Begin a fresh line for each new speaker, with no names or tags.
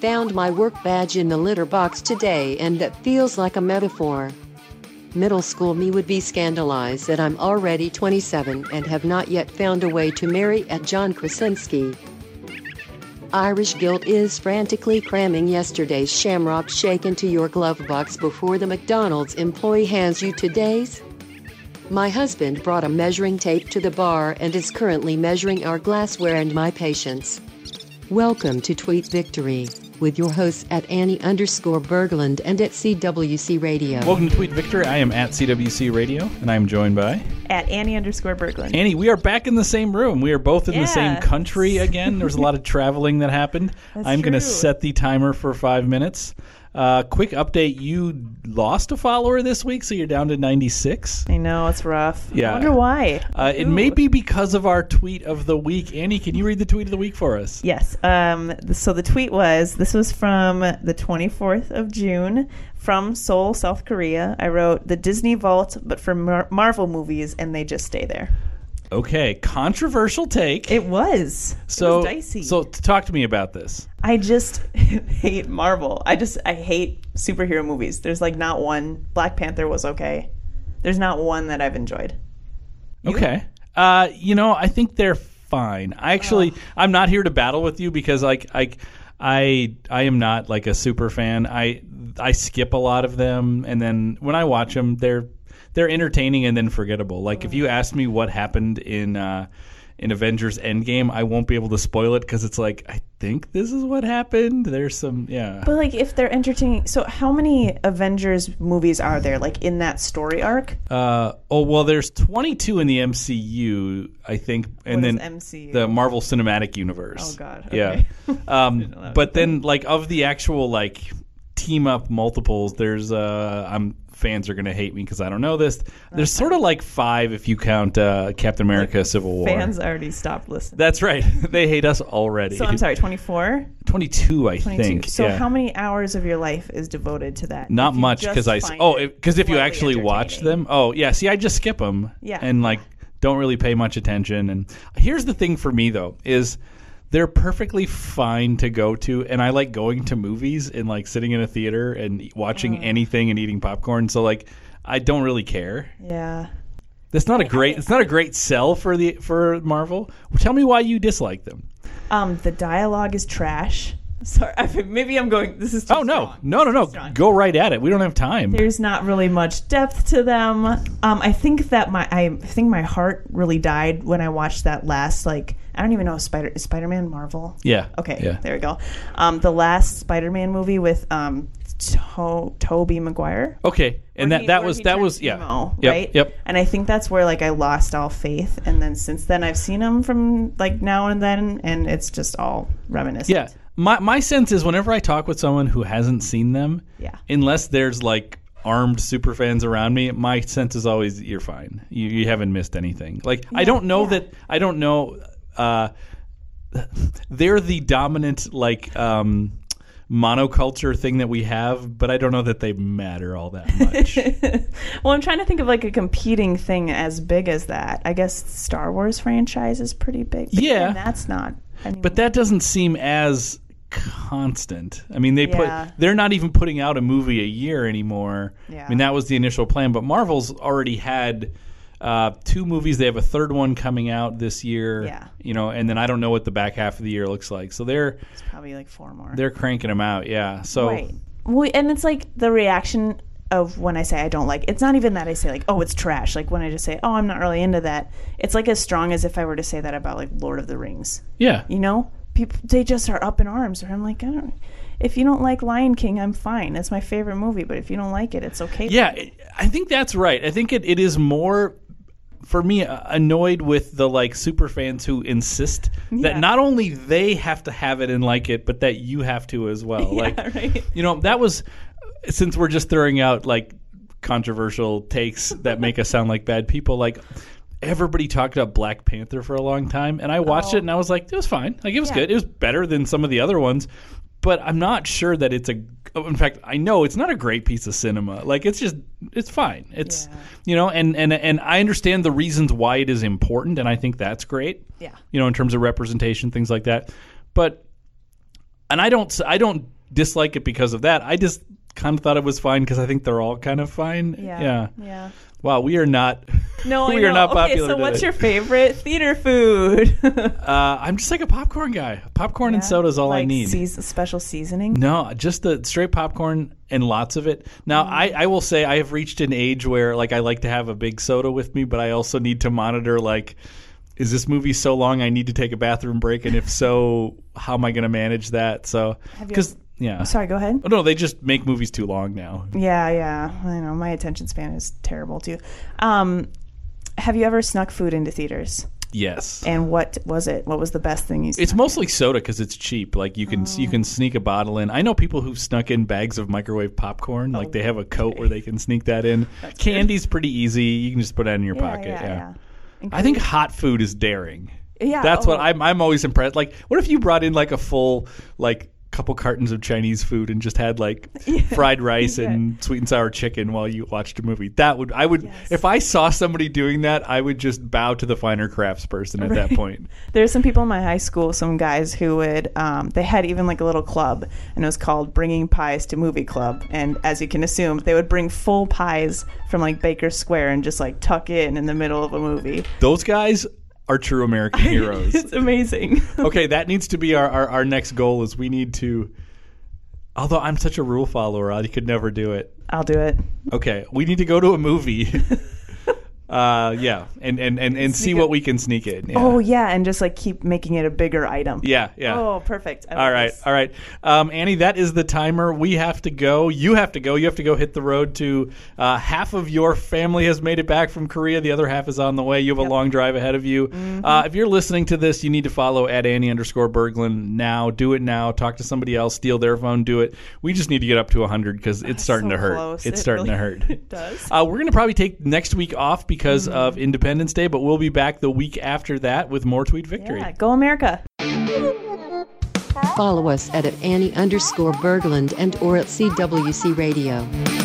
Found my work badge in the litter box today, and that feels like a metaphor. Middle school me would be scandalized that I'm already 27 and have not yet found a way to marry at John Krasinski. Irish Guilt is frantically cramming yesterday's shamrock shake into your glove box before the McDonald's employee hands you today's. My husband brought a measuring tape to the bar and is currently measuring our glassware and my patience. Welcome to Tweet Victory with your hosts at Annie underscore Berglund and at CWC Radio.
Welcome to Tweet Victor. I am at CWC Radio, and I am joined by
at Annie underscore Berglund.
Annie. We are back in the same room. We are both in the same
Yes.
country again. There was a lot of traveling that happened.
That's
I'm going to
true.
set the timer for five minutes. Uh, quick update: You lost a follower this week, so you're down to 96.
I know it's rough.
Yeah.
I wonder why.
Uh, it may be because of our tweet of the week. Annie, can you read the tweet of the week for us?
Yes. Um. th- So the tweet was this was from the 24th of June from Seoul, South Korea. I wrote the Disney Vault, but for Mar- Marvel movies, and they just stay there.
Okay, controversial take.
It was
so,
it was dicey.
so t- talk to me about this.
I just hate Marvel. I just I hate superhero movies. There's like not one. Black Panther was okay. There's not one that I've enjoyed.
Okay. Uh, you know, I think they're fine. I actually, I'm not here to battle with you because, like, I, I, I am not like a super fan. I, I skip a lot of them, and then when I watch them, they're, they're entertaining and then forgettable. Like, if you ask me what happened in, uh, in Avengers Endgame, I won't be able to spoil it because it's like I think this is what happened. There's some, yeah.
But like, if they're entertaining, so how many Avengers movies are there? Like in that story arc?
Uh, oh well, there's 22 in the MCU, I think, and
What is
then
MCU?
the Marvel Cinematic Universe.
Oh, God,
Yeah.
okay.
um, but then, like of the actual like team up multiples, there's uh, I'm fans are gonna hate me because I don't know this. There's sort of like five if you count uh, Captain America: Civil War.
Fans already stopped listening.
That's right. they hate us already.
so I'm sorry, 24,
22, I
22.
think.
so
yeah.
how many hours of your life is devoted to that?
Not
If you
much
just
because I s-
find
oh
it
because if you
slightly
actually watch
entertaining.
them oh yeah see I just skip them
Yeah.
and like don't really pay much attention and here's the thing for me though is they're perfectly fine to go to and I like going to movies and like sitting in a theater and e- watching
Uh-huh.
anything and eating popcorn so like I don't really care
yeah.
that's not a great it's not a great sell for the for Marvel tell me why you dislike them
Um, the dialogue is trash. Sorry, I, maybe I'm going. This is too
oh no
strong.
no no no
Strong.
go right at it we don't have time
There's not really much depth to them. Um, I think that my I think my heart really died when I watched that last like I don't even know if Spider Spider Man Marvel.
yeah
Okay,
yeah
there we go. Um, the last Spider-Man movie with um, to- Toby Maguire.
Okay, and that
He-
that
where
was
he
that
turned
was yeah,
emo,
yep,
right.
Yep.
And I think that's where like I lost all faith, and then since then I've seen him from like now and then, and it's just all reminiscent.
Yeah. My my sense is whenever I talk with someone who hasn't seen them,
Yeah.
unless there's like armed super fans around me, my sense is always you're fine. You you haven't missed anything. Like I don't know that I don't know uh they're the dominant like um monoculture thing that we have, but I don't know that they matter all that much.
Well, I'm trying to think of like a competing thing as big as that. I guess Star Wars franchise is pretty big. but
Yeah.
even that's not. anymore.
But that doesn't seem as constant. I mean, they
Yeah.
put they're not even putting out a movie a year anymore.
Yeah.
I mean, that was the initial plan, but Marvel's already had uh, two movies. They have a third one coming out this year.
Yeah.
You know, and then I don't know what the back half of the year looks like. So they're
it's probably like four more.
they're cranking them out. Yeah. So
Right. Well, and it's like the reaction of when I say I don't like. It's not even that I say like, oh, it's trash. Like when I just say, oh, I'm not really into that. It's like as strong as if I were to say that about like Lord of the Rings.
yeah.
You know, people they just are up in arms. Or I'm like, I don't. If you don't like Lion King, I'm fine. That's my favorite movie. But if you don't like it, it's okay.
Yeah, it- I think that's right. I think it, it is more for me uh, annoyed with the like super fans who insist that
Yeah.
not only they have to have it and like it, but that you have to as well. like
right.
you know, that was since we're just throwing out like controversial takes that make us sound like bad people, like Everybody talked about Black
Oh.
Panther for a long time, and I watched it and I was like, it was fine. Like, it was good. It was better than some of the other ones, but I'm not sure that it's a. oh, In fact, I know it's not a great piece of cinema. Like it's just, it's fine. It's
Yeah.
you know, and and and I understand the reasons why it is important, and I think that's great.
Yeah.
You know, in terms of representation, things like that. But and I don't, I don't dislike it because of that. I just kind of thought it was fine because I think they're all kind of fine.
Yeah. Yeah.
Wow, we are not.
No,
we
I
are
know.
not
okay,
popular.
so what's
today.
your favorite theater food?
Uh, I'm just like a popcorn guy. Popcorn and soda is all I
Like
need.
seas- special seasoning.
No, just the straight popcorn and lots of it.
Mm.
Now, I, I will say I have reached an age where like I like to have a big soda with me, but I also need to monitor like, is this movie so long I need to take a bathroom break, and if so, how am I going to manage that? So,
you-
because yeah,
Sorry, go ahead.
oh, no, they just make movies too long now.
Yeah, yeah. I know my attention span is terrible too. Um, have you ever snuck food into theaters?
Yes.
And what was it? What was the best thing you?
It's mostly soda because it's cheap. Like you can
Oh.
you can sneak a bottle in. I know people who've snuck in bags of microwave popcorn. Like they have a coat where they can sneak that in. Candy's pretty easy. You can just put that in your pocket. I think hot food is daring.
Yeah,
that's what
oh.
I'm. I'm always impressed. Like, what if you brought in like a full like couple cartons of Chinese food and just had like fried rice and sweet and sour chicken while you watched a movie? That would I would if I saw somebody doing that, I would just bow to the finer crafts person at that point.
There's some people in my high school, some guys who would, um, they had even like a little club, and it was called Bringing Pies to Movie Club. And as you can assume, they would bring full pies from like Baker Square and just like tuck in in the middle of a movie.
Those guys are true American heroes.
It's amazing.
okay, that needs to be our, our, our next goal is we need to although I'm such a rule follower, I could never do it.
I'll do it.
Okay. We need to go to a movie. uh yeah. And and, and, and see what we can sneak in. Yeah.
Oh, yeah, and just like keep making it a bigger item.
yeah, yeah.
Oh, perfect. I love
All right,
this.
all right. Um, Annie, that is the timer. We have to go. You have to go. You have to go hit the road to uh, half of your family has made it back from Korea. The other half is on the way. You have a long drive ahead of you.
Mm-hmm.
Uh, if you're listening to this, you need to follow at Annie underscore Berglund now. Do it now. Talk to somebody else. Steal their phone. Do it. We just need to get up to 100 because it's starting
so
to hurt.
close.
It's
It
starting to
really-
hurt.
It does. Mm-hmm.
Uh, we're going to probably take next week off because of Independence Day, but we'll be back the week after that with more Tweet Victory.
Yeah, go America.
Follow us at, at Annie underscore Berglund and or at CWC Radio.